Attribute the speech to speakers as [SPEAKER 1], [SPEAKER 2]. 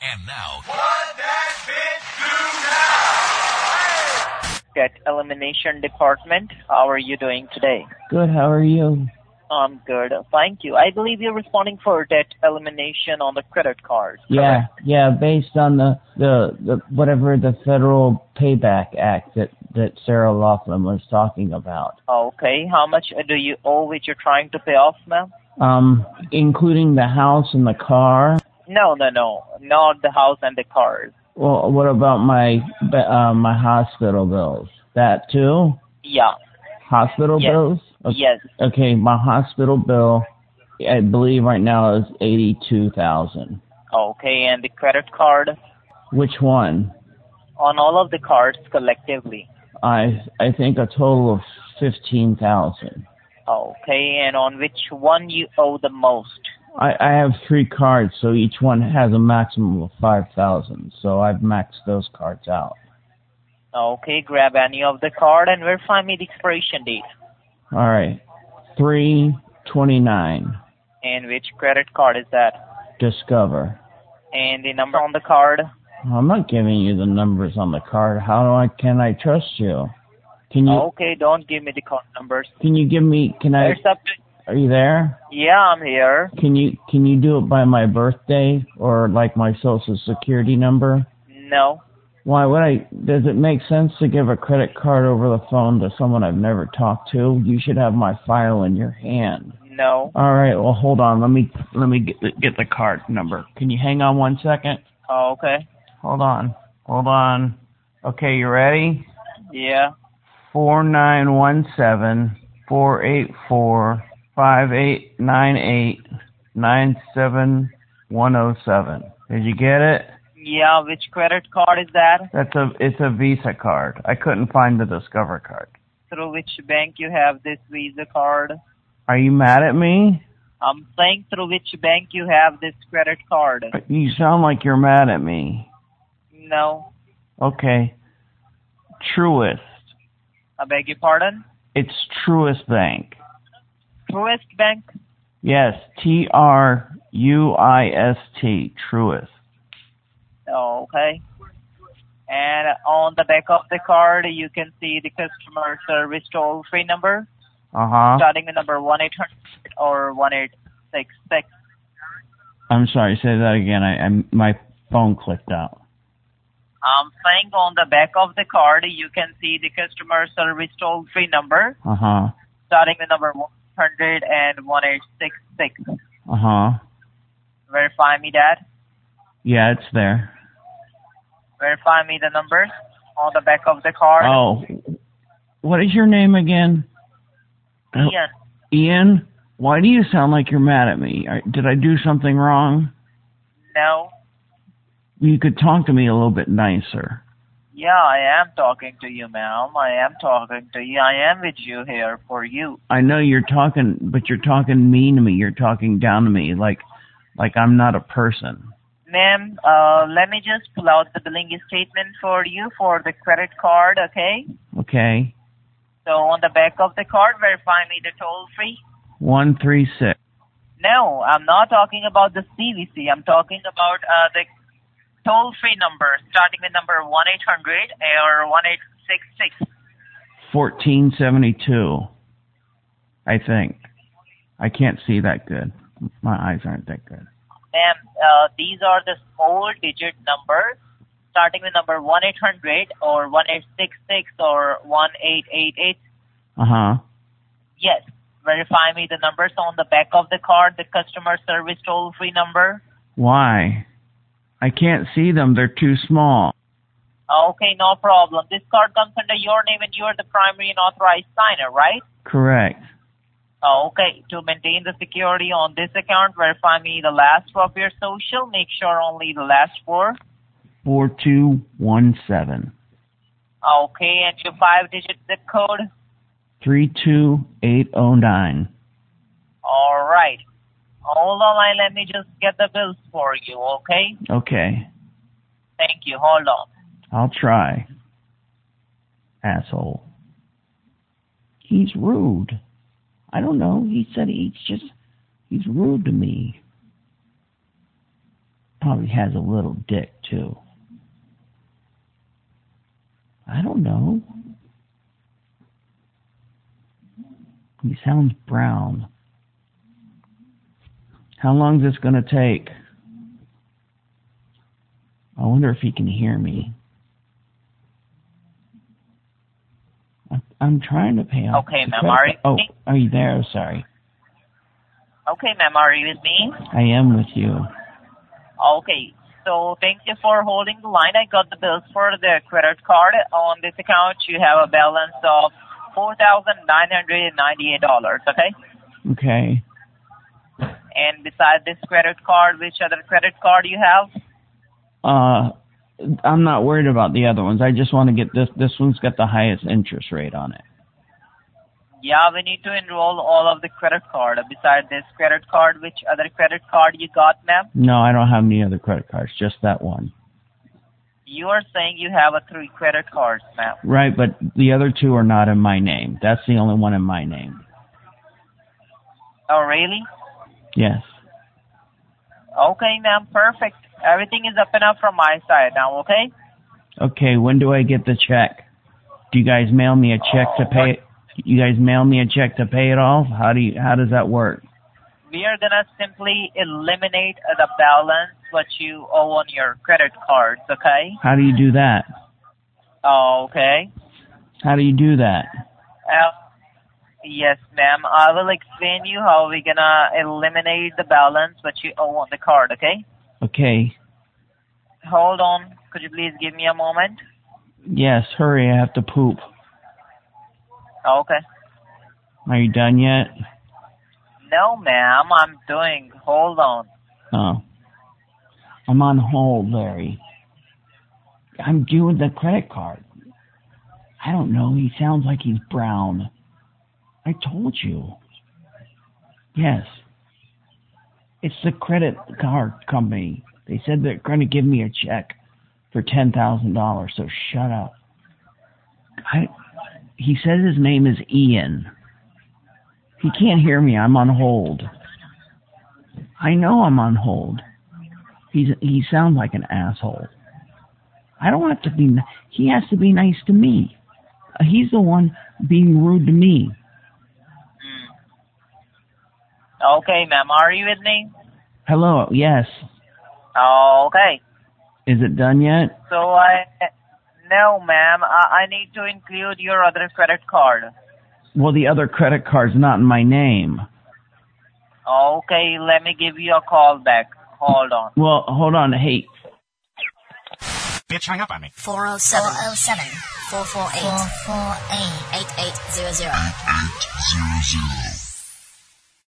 [SPEAKER 1] And now,
[SPEAKER 2] at Elimination Department. How are you doing today?
[SPEAKER 3] Good, how are you?
[SPEAKER 2] I'm good. Thank you. I believe you're responding for debt elimination on the credit card.
[SPEAKER 3] Yeah, yeah, based on the, the, the whatever the Federal Payback Act that, that Sarah Laughlin was talking about.
[SPEAKER 2] Okay. How much do you owe which you're trying to pay off, ma'am?
[SPEAKER 3] Um, including the house and the car.
[SPEAKER 2] No, no, no. Not the house and the cars.
[SPEAKER 3] Well, what about my uh, my hospital bills? That too?
[SPEAKER 2] Yeah.
[SPEAKER 3] Hospital
[SPEAKER 2] Yes.
[SPEAKER 3] bills? Okay.
[SPEAKER 2] Yes.
[SPEAKER 3] Okay, my hospital bill, I believe right now is eighty-two thousand.
[SPEAKER 2] Okay. And the credit card
[SPEAKER 3] Which one?
[SPEAKER 2] on all of the cards collectively.
[SPEAKER 3] I I think a total of fifteen thousand.
[SPEAKER 2] Okay. And on which one you owe the most?
[SPEAKER 3] I I have three cards, so each one has a maximum of five thousand. So I've maxed those cards out.
[SPEAKER 2] Okay. Grab any of the card and verify me the expiration date.
[SPEAKER 3] All right, three twenty-nine.
[SPEAKER 2] And which credit card is that?
[SPEAKER 3] Discover.
[SPEAKER 2] And the number on the card?
[SPEAKER 3] I'm not giving you the numbers on the card. How do I can I trust you? Can you
[SPEAKER 2] Okay, don't give me the card numbers.
[SPEAKER 3] can you give me can I
[SPEAKER 2] It's up to
[SPEAKER 3] are you there?
[SPEAKER 2] yeah, I'm here.
[SPEAKER 3] Can you can you do it by my birthday or like my social security number?
[SPEAKER 2] No,
[SPEAKER 3] Why would I? Does it make sense to give a credit card over the phone to someone I've never talked to? You should have my file in your hand.
[SPEAKER 2] no.
[SPEAKER 3] All right. Well, hold on. Let me let me get the, get the card number. Can you hang on one second?
[SPEAKER 2] Oh, Okay,
[SPEAKER 3] Hold on. Hold on. Okay, you ready?
[SPEAKER 2] yeah.
[SPEAKER 3] Four nine one seven four eight four five eight nine eight nine seven one zero seven. Did you get it?
[SPEAKER 2] Yeah, which credit card is that?
[SPEAKER 3] That's a it's a Visa card. I couldn't find the Discover card.
[SPEAKER 2] Through which bank you have this Visa card?
[SPEAKER 3] Are you mad at me?
[SPEAKER 2] I'm saying through which bank you have this credit card.
[SPEAKER 3] You sound like you're mad at me.
[SPEAKER 2] No,
[SPEAKER 3] Okay. Truest.
[SPEAKER 2] I beg your pardon?
[SPEAKER 3] It's Truest Bank.
[SPEAKER 2] Truist Bank?
[SPEAKER 3] Yes, T R U I S T. Truest.
[SPEAKER 2] Oh, Okay. And on the back of the card, you can see the customer service toll-free number.
[SPEAKER 3] Uh huh.
[SPEAKER 2] starting with number 1800 or 1866.
[SPEAKER 3] I'm sorry. Say that again. I, I my phone clicked out.
[SPEAKER 2] I'm saying on the back of the card, you can see the customer service toll free number
[SPEAKER 3] Uh huh.
[SPEAKER 2] starting with number 100 and 1866.
[SPEAKER 3] Uh huh.
[SPEAKER 2] Verify me that.
[SPEAKER 3] Yeah, it's there.
[SPEAKER 2] Verify me the numbers on the back of the card.
[SPEAKER 3] Oh, what is your name again?
[SPEAKER 2] Ian,
[SPEAKER 3] Ian. Why do you sound like you're mad at me? Are- Did I do something wrong?
[SPEAKER 2] no.
[SPEAKER 3] You could talk to me a little bit nicer.
[SPEAKER 2] Yeah, I am talking to you, ma'am. I am talking to you. I am with you here for you.
[SPEAKER 3] I know you're talking, but you're talking mean to me. You're talking down to me, like, like I'm not a person.
[SPEAKER 2] Ma'am, uh, let me just pull out the billing statement for you for the credit card, okay?
[SPEAKER 3] Okay.
[SPEAKER 2] So on the back of the card, verify me the toll free.
[SPEAKER 3] One three six.
[SPEAKER 2] No, I'm not talking about the CVC. I'm talking about uh, the toll free number starting with number 1 800 or 1866.
[SPEAKER 3] 1472, I think. I can't see that good. My eyes aren't that good.
[SPEAKER 2] Ma'am, uh, these are the small digit numbers starting with number 1 800 or 1866 or 1888.
[SPEAKER 3] Uh huh.
[SPEAKER 2] Yes. Verify me the numbers on the back of the card, the customer service toll free number.
[SPEAKER 3] Why? I can't see them. They're too small.
[SPEAKER 2] Oh, Okay, no problem. This card comes under your name and you are the primary and authorized signer, right? Oh,
[SPEAKER 3] Correct.
[SPEAKER 2] Okay, to maintain the security on this account, verify me the last four of your social. Make sure only the last four.
[SPEAKER 3] 4217.
[SPEAKER 2] Okay, and your five digit zip code.
[SPEAKER 3] 32809.
[SPEAKER 2] All right. Hold on, line. let me just get the bills for you, okay?
[SPEAKER 3] Okay.
[SPEAKER 2] Thank you. Hold on.
[SPEAKER 3] I'll try. Asshole. He's rude. I don't know. He said he's just, he's rude to me. probably has a little dick too. I don't know. He sounds brown.
[SPEAKER 4] How long's this gonna take?
[SPEAKER 3] I wonder if he can hear me. I- I'm trying to pay off.
[SPEAKER 2] Okay,
[SPEAKER 3] the
[SPEAKER 2] ma'am,
[SPEAKER 3] credit
[SPEAKER 2] are you-
[SPEAKER 3] card. Oh, are you there? Sorry,
[SPEAKER 2] Okay, ma'am, are you with me?
[SPEAKER 3] I am with you.
[SPEAKER 2] Okay. So thank you for holding the line. I got the bills for the credit card. On this account, you have a balance of four thousand nine hundred and ninety-eight dollars. Okay.
[SPEAKER 3] Okay.
[SPEAKER 2] And besides this credit card, which other credit card you have?
[SPEAKER 3] Uh, I'm not worried about the other ones. I just want to get this. This one's got the highest interest rate on it.
[SPEAKER 2] Yeah, we need to enroll all of the credit card. Besides this credit card, which other credit card you got, ma'am?
[SPEAKER 3] No, I don't have any other credit cards. Just that one.
[SPEAKER 2] You are saying you have a three credit cards, ma'am.
[SPEAKER 3] Right, but the other two are not in my name. That's the only one in my name.
[SPEAKER 2] Oh, really?
[SPEAKER 3] Yes.
[SPEAKER 2] Okay, ma'am. Perfect. Everything is up and up from my side now. Okay.
[SPEAKER 3] Okay, when do I get the check? Do you guys mail me a check to pay it? You guys mail me a check to pay it off? How do you, how does that work?
[SPEAKER 2] we are gonna simply eliminate the balance what you owe on your credit cards, okay?
[SPEAKER 3] How do you do that?
[SPEAKER 2] Okay.
[SPEAKER 3] How do you do that?
[SPEAKER 2] Uh, yes, ma'am. I will explain you how we're gonna eliminate the balance what you owe on the card, okay?
[SPEAKER 3] Okay.
[SPEAKER 2] Hold on. Could you please give me a moment?
[SPEAKER 3] Yes, hurry, I have to poop.
[SPEAKER 2] Oh, Okay.
[SPEAKER 3] Are you done yet?
[SPEAKER 2] No, ma'am. I'm doing. Hold on.
[SPEAKER 3] Oh. I'm on hold, Larry. I'm doing the credit card. I don't know. He sounds like he's brown. I told you. Yes. It's the credit card company. They said they're going to give me a check for $10,000, so shut up. I, he says his name is Ian. He can't hear me. I'm on hold. I know I'm on hold. He's he sounds like an asshole. I don't have to be. ni- He has to be nice to me. Uh, He's the one being rude to me.
[SPEAKER 2] Hmm. Okay, ma'am. Are you with me? Oh,
[SPEAKER 3] Hello. Yes.
[SPEAKER 2] Okay.
[SPEAKER 3] Is it done yet?
[SPEAKER 2] So I. No, ma'am. I, I need to include your other credit card.
[SPEAKER 3] Well, the other credit card's not in my name.
[SPEAKER 2] Okay, let me give you a call back. Hold on.
[SPEAKER 3] Well, hold on. Hey,
[SPEAKER 1] Bitch, hang up on me.
[SPEAKER 5] 407 407 448 448 8800.
[SPEAKER 6] 8800.